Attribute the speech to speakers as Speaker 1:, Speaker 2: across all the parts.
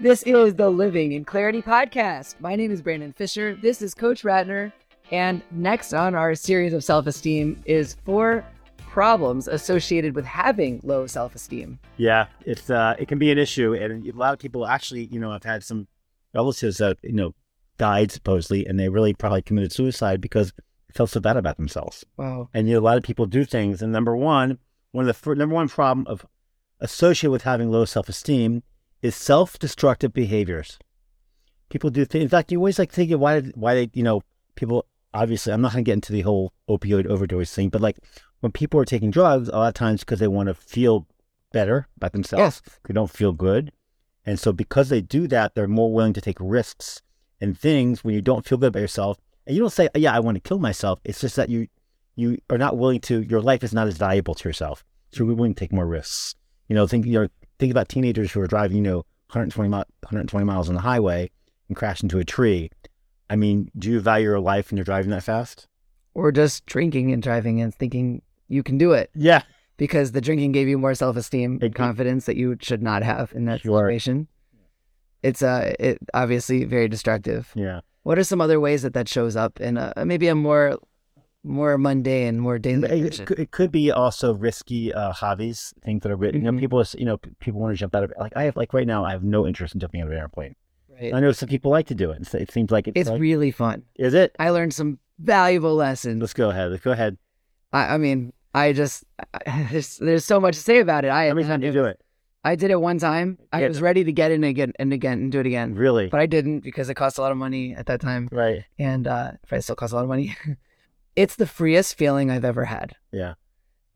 Speaker 1: This is the Living in Clarity podcast. My name is Brandon Fisher. This is Coach Ratner. And next on our series of self esteem is four problems associated with having low self esteem.
Speaker 2: Yeah, it's uh, it can be an issue, and a lot of people actually, you know, I've had some relatives that you know died supposedly, and they really probably committed suicide because they felt so bad about themselves.
Speaker 1: Wow.
Speaker 2: And you know, a lot of people do things. And number one, one of the fir- number one problem of associated with having low self esteem is self destructive behaviors. People do things. In fact, you always like thinking why did, why they you know people obviously I'm not going to get into the whole opioid overdose thing, but like when people are taking drugs, a lot of times because they want to feel better about themselves, they don't feel good, and so because they do that, they're more willing to take risks and things when you don't feel good about yourself. And you don't say, "Yeah, I want to kill myself." It's just that you you are not willing to. Your life is not as valuable to yourself, so you're willing to take more risks. You know, think you know, think about teenagers who are driving, you know, 120 mi- 120 miles on the highway and crash into a tree. I mean, do you value your life when you're driving that fast?
Speaker 1: Or just drinking and driving and thinking you can do it
Speaker 2: Yeah,
Speaker 1: because the drinking gave you more self esteem and
Speaker 2: It-
Speaker 1: confidence that you should not have in that
Speaker 2: Sure.
Speaker 1: situation. It's uh, it, obviously very destructive.
Speaker 2: yeah.
Speaker 1: What are some other ways that that shows up in a, maybe a more more mundane, more daily?
Speaker 2: It, it, could- it could be also risky uh, hobbies, things that are written. You
Speaker 1: Mhm.
Speaker 2: know, people, you know, p- people want to jump out of like I have like right now. I have no interest in jumping out of an airplane.
Speaker 1: Right.
Speaker 2: I know some people like to do it. It's- It seems like it's,
Speaker 1: It's
Speaker 2: like-
Speaker 1: really fun.
Speaker 2: is it?
Speaker 1: I learned some valuable lessons.
Speaker 2: Let's go ahead. Let's go ahead.
Speaker 1: I, I mean, I just there's, there's so much to say about it. I
Speaker 2: How many times do you do it?
Speaker 1: I did it one time. I
Speaker 2: Yeah.
Speaker 1: was ready to get in again and again and do it again,
Speaker 2: Really?
Speaker 1: but I didn't because it cost a lot of money at that time,
Speaker 2: Right.
Speaker 1: and uh, probably still costs a lot of money. it's the freest feeling I've ever had.
Speaker 2: Yeah.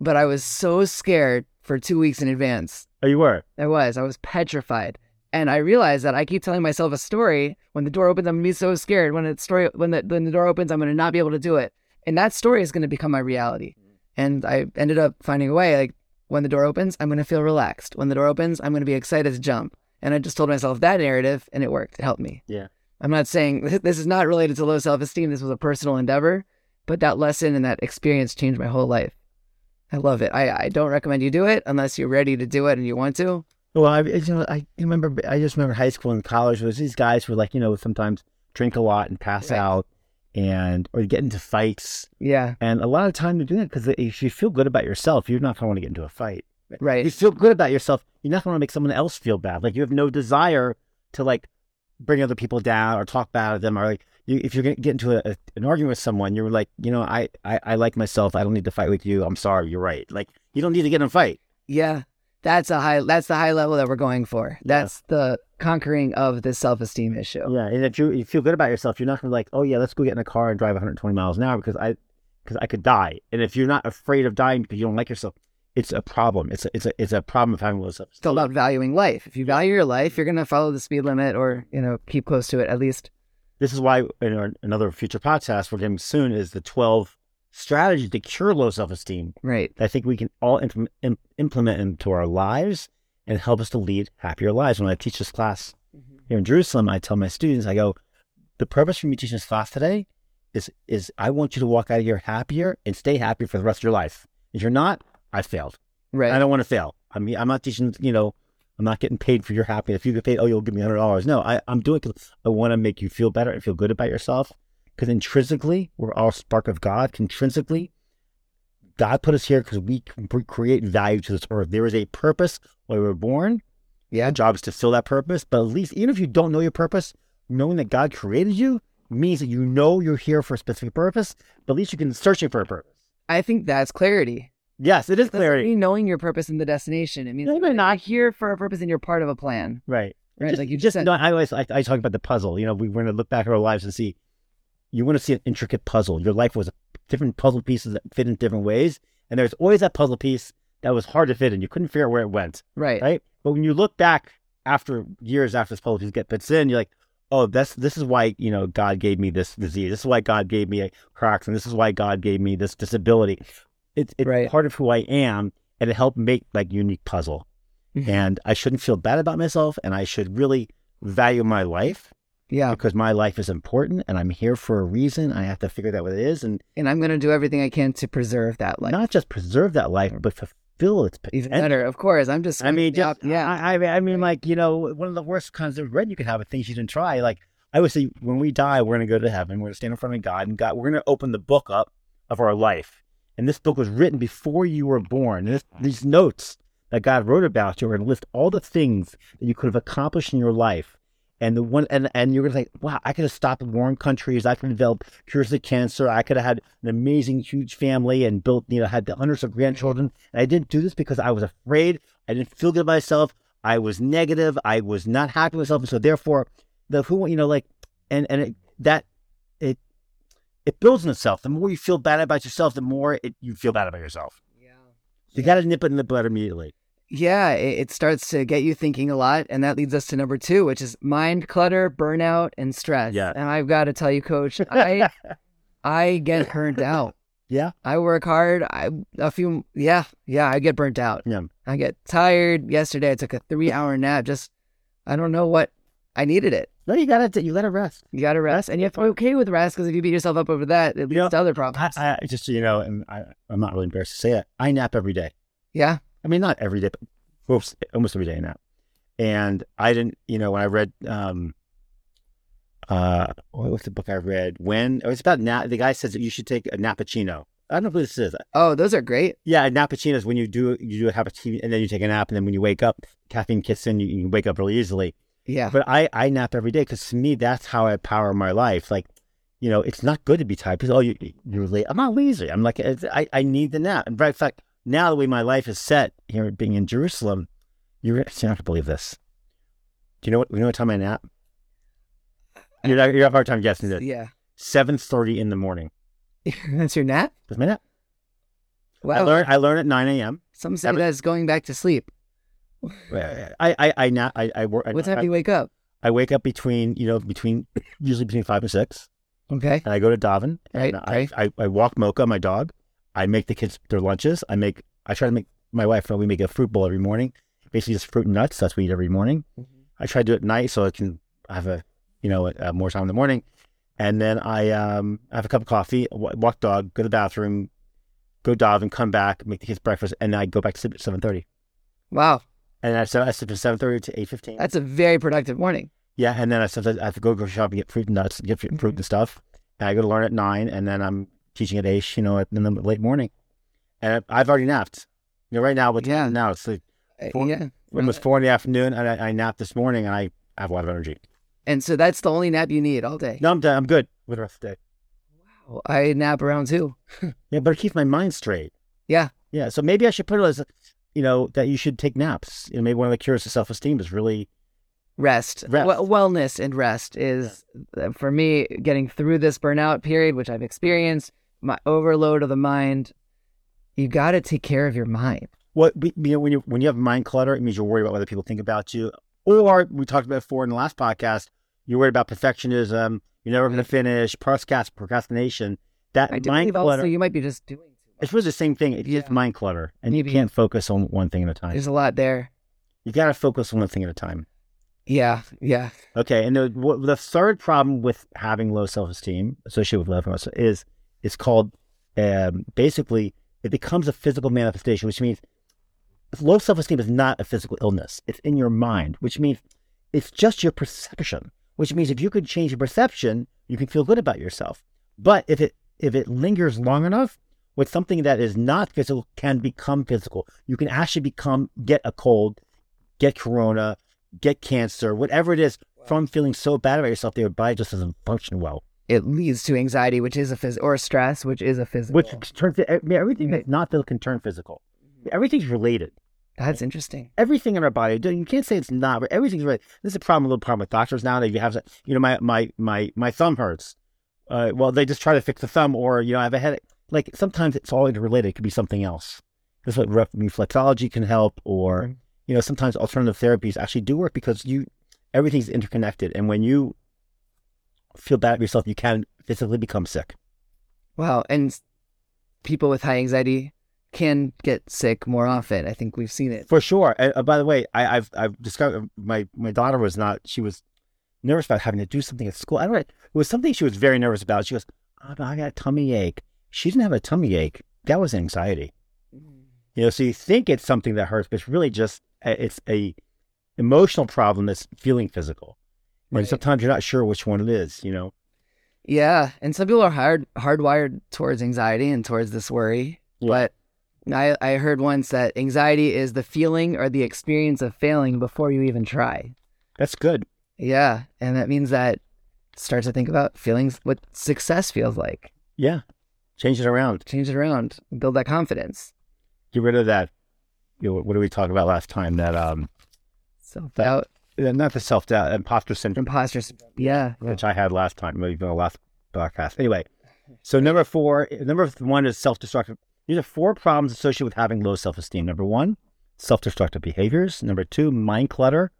Speaker 1: But I was so scared for two weeks in advance
Speaker 2: Oh, you were.
Speaker 1: I was. I was petrified. And I realized that I keep telling myself a story. When the door opens, I'm gonna be so scared. When the story when the when the door opens, I'm gonna not be able to do it. And that story is gonna become my reality. And I ended up finding a way, like when the door opens, I'm gonna feel relaxed. When the door opens, I'm gonna be excited to jump. And I just told myself that narrative and it worked. It helped me.
Speaker 2: Yeah.
Speaker 1: I'm not saying this is not related to low self esteem. This was a personal endeavor, but that lesson and that experience changed my whole life. I love it. I, I don't recommend you do it unless you're ready to do it and you want to.
Speaker 2: Well, I you know I remember I just remember high school and college was these guys who were like you know sometimes drink a lot and pass
Speaker 1: Right.
Speaker 2: out and or get into fights
Speaker 1: Yeah,
Speaker 2: and a lot of time to do that because if you feel good about yourself you're not going to want to get into a fight. You
Speaker 1: right.
Speaker 2: feel good about yourself you're not going to make someone else feel bad. Like you have no desire to like bring other people down or talk bad of them or like you, if you're going to get into a, a- an argument with someone you're like you know I, I I like myself I don't need to fight with you I'm sorry you're right like you don't need to get in a fight.
Speaker 1: Yeah. That's a high that's the high level that we're going for. That's the conquering of this self-esteem issue.
Speaker 2: Yeah, and if you, you feel good about yourself, you're not gonna be like, oh yeah, let's go get in a car and drive 120 miles an hour because I because I could die. And if you're not afraid of dying because you don't like yourself, it's a problem. It's a it's a it's a problem of having low self
Speaker 1: It's all about valuing life. If you value your life, you're going to follow the speed limit or, you know, keep close to it at least.
Speaker 2: This is why in our, another future podcast we're doing soon is the 12 strategies to cure low self esteem
Speaker 1: Right.
Speaker 2: that I think we can all implement, im- implement into our lives and help us to lead happier lives. When I teach this class here in Jerusalem, I tell my students, I go, the purpose for me teaching this class today is is I want you to walk out of here happier and stay happy for the rest of your life. If you're not, I failed.
Speaker 1: Right.
Speaker 2: I don't want to fail. I mean, I'm not teaching. You know, I'm not getting paid for your happiness. If you get paid, oh, you'll give me hundred dollars. No, I, I'm doing. it 'cause I want to make you feel better and feel good about yourself. Because intrinsically, we're all spark of God. Intrinsically, God put us here because we can br- create value to this earth. There is a purpose why we were born.
Speaker 1: Yeah.
Speaker 2: Our job is to fill that purpose. But at least, even if you don't know your purpose, knowing that God created you means that you know you're here for a specific purpose. But at least you can search for a purpose.
Speaker 1: I think that's clarity.
Speaker 2: Yes, it is
Speaker 1: That's
Speaker 2: clarity.
Speaker 1: really knowing your purpose and the destination. It means
Speaker 2: No,
Speaker 1: that
Speaker 2: you're
Speaker 1: you're not here for a purpose and you're part of a plan.
Speaker 2: Right.
Speaker 1: Right,
Speaker 2: Just,
Speaker 1: like you
Speaker 2: just
Speaker 1: said.
Speaker 2: no, I always I, I talk about the puzzle. You know, we, we're going to look back at our lives and see. You want to see an intricate puzzle. Your life was different puzzle pieces that fit in different ways, and there's always that puzzle piece that was hard to fit in. You couldn't figure out where it went,
Speaker 1: Right.
Speaker 2: right? But when you look back after years after this puzzle piece get fits in, you're like, oh, that's this is why you know God gave me this disease. This is why God gave me a cracks, and this is why God gave me this disability. It's it's
Speaker 1: Right.
Speaker 2: part of who I am, and it helped make like unique puzzle
Speaker 1: Mm-hmm.
Speaker 2: and I shouldn't feel bad about myself and I should really value my life
Speaker 1: Yeah.
Speaker 2: because my life is important and I'm here for a reason. I have to figure out what it is and
Speaker 1: And I'm going to do everything I can to preserve that life.
Speaker 2: not just preserve that life but f- feel it's p-
Speaker 1: Even
Speaker 2: and-
Speaker 1: better, of course. I'm just.
Speaker 2: I mean,
Speaker 1: yeah,
Speaker 2: just,
Speaker 1: yeah.
Speaker 2: I, I mean, I mean, like you know, one of the worst kinds of regret you can have are things you didn't try. Like I would say, when we die, we're gonna go to heaven. We're gonna stand in front of God, and God, we're gonna open the book up of our life. And this book was written before you were born. And this, these notes that God wrote about you are gonna list all the things that you could have accomplished in your life. And the one, and and you're gonna think, wow, I could have stopped warring countries. I could have developed cures to cancer. I could have had an amazing, huge family and built, you know, had hundreds of grandchildren. And I didn't do this because I was afraid. I didn't feel good about myself. I was negative. I was not happy with myself. And so therefore, the who you know, like, and and it, that it it builds on itself. The more you feel bad about yourself, the more it, you feel bad about yourself. You got to nip it in the bud immediately.
Speaker 1: Yeah, it, it starts to get you thinking a lot, and that leads us to number two, which is mind clutter, burnout, and stress.
Speaker 2: Yeah.
Speaker 1: and I've got to tell you, Coach, I I get burnt out.
Speaker 2: Yeah.
Speaker 1: I work hard. I a few. Yeah, yeah. I get burnt out.
Speaker 2: Yeah.
Speaker 1: I get tired. Yesterday, I took a three-hour nap. Just, I don't know what I needed it.
Speaker 2: No, you got to you let it rest.
Speaker 1: You got to rest, and you have to be okay with rest because if you beat yourself up over that, it leads
Speaker 2: Yeah.
Speaker 1: to other
Speaker 2: I,
Speaker 1: problems.
Speaker 2: I just so you know, and I I'm not really embarrassed to say it. I nap every day.
Speaker 1: yeah,
Speaker 2: I mean, not every day, but oops, almost every day now. And I didn't, you know, when I read, um, uh, what was the book I read? When it was about nap. The guy says that you should take a nappuccino. I don't know who this is.
Speaker 1: Oh, those are great.
Speaker 2: Yeah, a nappuccino is when you do you do a nappuccino and then you take a nap, and then when you wake up, caffeine kicks in. You, you wake up really easily.
Speaker 1: Yeah.
Speaker 2: But I, I nap every day because to me that's how I power my life. Like, you know, it's not good to be tired. People, oh, you you're late. I'm not lazy. I'm like, it's, I I need the nap. And in fact, now the way my life is set here, being in Jerusalem, you're, you're not gonna believe this. Do you know what? You know what time I nap? You're not, you're have a hard time guessing this.
Speaker 1: Yeah.
Speaker 2: Seven thirty in the morning.
Speaker 1: That's your nap?
Speaker 2: That's my nap. I
Speaker 1: Wow.
Speaker 2: learn I learn at nine a.m.
Speaker 1: Some say
Speaker 2: every-
Speaker 1: that's going back to sleep.
Speaker 2: I I I nap. I I work. I-
Speaker 1: What time
Speaker 2: I,
Speaker 1: do you wake up?
Speaker 2: I wake up between you know between usually between five and six.
Speaker 1: Okay.
Speaker 2: and I go to Davin.
Speaker 1: Right,
Speaker 2: and I,
Speaker 1: right.
Speaker 2: I, I walk Mocha, my dog. I make the kids their lunches. I make I try to make my wife and we make a fruit bowl every morning. Basically, just fruit and nuts. That's what we eat every morning. I try to do it at night so I can have a you know uh more time in the morning. And then I um I have a cup of coffee, wa- walk dog, go to the bathroom, go Davin, come back, make the kids breakfast, and then I go back to sleep at seven thirty.
Speaker 1: Wow.
Speaker 2: And I sleep, I sleep from seven thirty to eight fifteen.
Speaker 1: That's a very productive morning.
Speaker 2: Yeah, and then I sometimes I have to go grocery shop and get fruit and nuts, get fruit
Speaker 1: Mm-hmm.
Speaker 2: fruit and stuff. And I go to learn at nine, and then I'm teaching at eight, you know, in the late morning. And I, I've already napped. You know, right now, what's
Speaker 1: Yeah.
Speaker 2: now it's like
Speaker 1: Uh,
Speaker 2: Four-
Speaker 1: Yeah.
Speaker 2: it was four in the afternoon, and I, I napped this morning, and I have a lot of energy.
Speaker 1: And so that's the only nap you need all day.
Speaker 2: No, I'm done. I'm good with the rest of the day.
Speaker 1: Wow. I nap around two.
Speaker 2: Yeah, but it keeps my mind straight.
Speaker 1: Yeah.
Speaker 2: Yeah, so maybe I should put it as, you know, that you should take naps. And maybe one of the cures to self esteem is really
Speaker 1: Rest.
Speaker 2: Rest.
Speaker 1: Well, wellness and rest is, uh, for me, getting through this burnout period, which I've experienced, my overload of the mind. You got to take care of your mind.
Speaker 2: what you know when you when you have mind clutter, it means you're worried about what other people think about you. Or we talked about before in the last podcast, you're worried about perfectionism. You're never going to finish. Procrast procrastination. That
Speaker 1: I do
Speaker 2: mind
Speaker 1: believe also
Speaker 2: clutter.
Speaker 1: you might be just doing too much.
Speaker 2: It's really the same thing. It's
Speaker 1: Yeah.
Speaker 2: just mind clutter, and
Speaker 1: Maybe.
Speaker 2: you can't focus on one thing at a time.
Speaker 1: There's a lot there.
Speaker 2: You got to focus on one thing at a time.
Speaker 1: Yeah. Yeah.
Speaker 2: Okay, and the what, the third problem with having low self esteem associated with low self esteem is it's called um, basically it becomes a physical manifestation, which means low self esteem is not a physical illness. It's in your mind, which means it's just your perception. Which means if you could change your perception, you can feel good about yourself. But if it if it lingers long enough with something that is not physical, can become physical. You can actually become get a cold, get corona, get cancer, whatever it is, from feeling so bad about yourself that your body just doesn't function well.
Speaker 1: It leads to anxiety, which is a phys- or stress, which is a physical.
Speaker 2: Which turns I mean, everything that's not physical can turn physical. Everything's related.
Speaker 1: That's interesting.
Speaker 2: everything in our body. You can't say it's not, but everything's right. This is a problem, a little problem with doctors now. That if you have, you know, my my my my thumb hurts. Uh, well, they just try to fix the thumb, or you know, I have a headache. Like sometimes it's all interrelated. It could be something else. That's what ref- reflexology can help, or you know, sometimes alternative therapies actually do work because you everything's interconnected. And when you feel bad about yourself, you can physically become sick.
Speaker 1: Wow. And s- people with high anxiety can get sick more often. I think we've seen it.
Speaker 2: For sure. And, uh, by the way, I, I've I've discovered um, my my daughter was not. She was nervous about having to do something at school. I don't. know. It was something she was very nervous about. She goes, "Oh, no, I got a tummy ache. She didn't have a tummy ache. That was anxiety. You know, so you think it's something that hurts, but it's really just a, it's a emotional problem that's feeling physical. And
Speaker 1: Right.
Speaker 2: sometimes you're not sure which one it is. You know.
Speaker 1: Yeah, and some people are hard hardwired towards anxiety and towards this worry.
Speaker 2: Yeah.
Speaker 1: But I I heard once that anxiety is the feeling or the experience of failing before you even try.
Speaker 2: That's good.
Speaker 1: Yeah, and that means that start to think about feelings what success feels like.
Speaker 2: Yeah. Change it around.
Speaker 1: Change it around, build that confidence.
Speaker 2: Get rid of that. You know, what did we talk about last time? That um,
Speaker 1: Self doubt,
Speaker 2: not the self doubt, imposter syndrome.
Speaker 1: imposter syndrome. Yeah,
Speaker 2: which I had last time, maybe even the last podcast. Anyway, so number four, number one is self destructive. These are four problems associated with having low self esteem. Number one, self destructive behaviors. Number two, mind clutter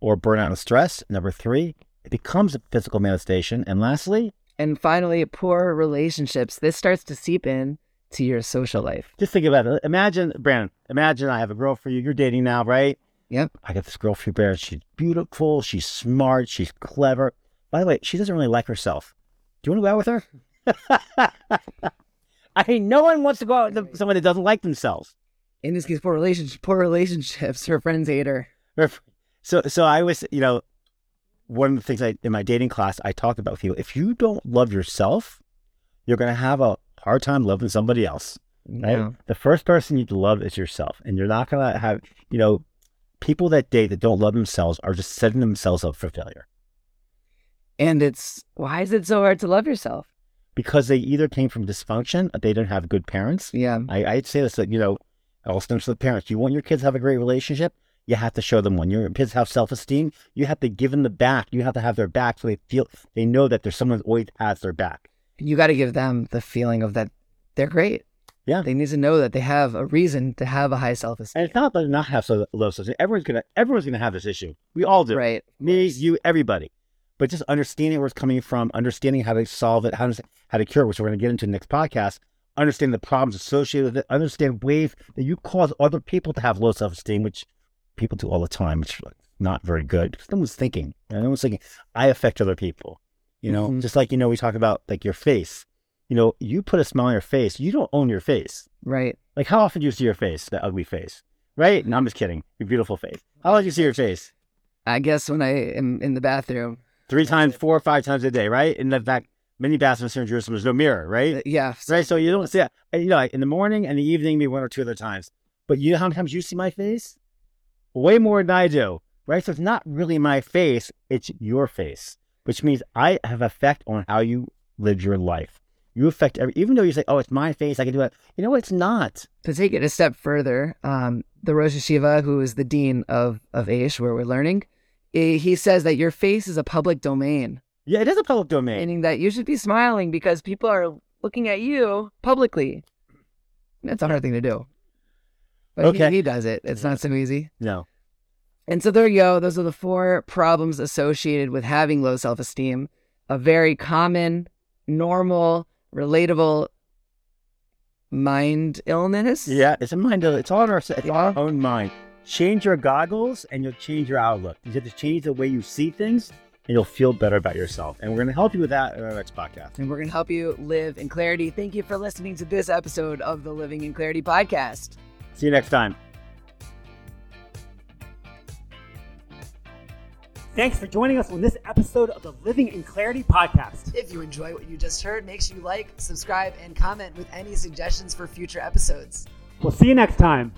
Speaker 2: or burnout and stress. Number three, it becomes a physical manifestation. And lastly,
Speaker 1: and finally, poor relationships. This starts to seep in to your social life.
Speaker 2: just think about it. Imagine, Brandon, imagine I have a girl for you. You're dating now, right?
Speaker 1: Yep.
Speaker 2: I got this girl for you, Brandon. She's beautiful. She's smart. She's clever. By the way, she doesn't really like herself. Do you want to go out with her? I mean, no one wants to go out with someone that doesn't like themselves.
Speaker 1: In this case, poor relationship, poor relationships. Her friends hate her.
Speaker 2: So, so I was, you know, one of the things I in my dating class I talked about with you. If you don't love yourself, you're going to have a hard time loving somebody else. Right?
Speaker 1: Yeah.
Speaker 2: The first person you need to love is yourself, and you're not going to have, you know, people that date that don't love themselves are just setting themselves up for failure.
Speaker 1: And it's why is it so hard to love yourself?
Speaker 2: because they either came from dysfunction, or they didn't have good parents.
Speaker 1: Yeah.
Speaker 2: I, I'd say this, that, you know, it all stems from the parents. You want your kids to have a great relationship, you have to show them one. Your kids have self esteem, you have to give them the back. You have to have their back so they feel they know that there's someone who always has their back.
Speaker 1: You got to give them the feeling of that they're great.
Speaker 2: Yeah.
Speaker 1: They need to know that they have a reason to have a high self
Speaker 2: And
Speaker 1: esteem.
Speaker 2: it's not that they not have so low self esteem. Everyone's gonna everyone's gonna have this issue. We all do.
Speaker 1: Right.
Speaker 2: Me, you, everybody. But just understanding where it's coming from, understanding how to solve it, how to how to cure it, which we're going to get into next podcast. Understand the problems associated with it. Understand ways that you cause other people to have low self esteem, which people do all the time, which is not very good. Because no one's thinking. You know, No one's thinking. I affect other people. You know,
Speaker 1: Mhm.
Speaker 2: just like you know, we talk about like your face. You know, you put a smile on your face. You don't own your face.
Speaker 1: Right.
Speaker 2: Like how often do you see your face, that ugly face, right? No, I'm just kidding. Your beautiful face. How often do you see your face?
Speaker 1: I guess when I am in the bathroom.
Speaker 2: three times, four or five times a day, right? And in fact, many bathrooms here in Jerusalem, there's no mirror, right?
Speaker 1: uh, Yeah. so-
Speaker 2: Right. So you don't see that. And, you know, like, in the morning and the evening, maybe one or two other times. But you know how many times you see my face? Way more than I do, right? So it's not really my face; it's your face, which means I have effect on how you live your life. You affect every, even though you say, "Oh, it's my face, I can do it." You know, it's not.
Speaker 1: To take it a step further, um, the Rosh Hashiva, who is the dean of, of Aish, where we're learning, eh, he says that your face is a public domain,
Speaker 2: Yeah, it is a public domain.
Speaker 1: meaning that you should be smiling because people are looking at you publicly. That's a hard thing to do. But he-
Speaker 2: Okay.
Speaker 1: he, does it. It's not so easy.
Speaker 2: no,
Speaker 1: And so there you go. Those are the four problems associated with having low self esteem. A very common, normal, relatable mind illness.
Speaker 2: yeah, it's a mind. It's all in our, it's all in our own mind. Change your goggles, and you'll change your outlook. You have to change the way you see things, and you'll feel better about yourself. And we're going to help you with that in our next podcast.
Speaker 1: And we're going to help you live in clarity. Thank you for listening to this episode of the Living in Clarity podcast.
Speaker 2: See you next time.
Speaker 3: Thanks for joining us on this episode of the Living in Clarity podcast.
Speaker 1: If you enjoy what you just heard, make sure you like, subscribe, and comment with any suggestions for future episodes.
Speaker 3: We'll see you next time.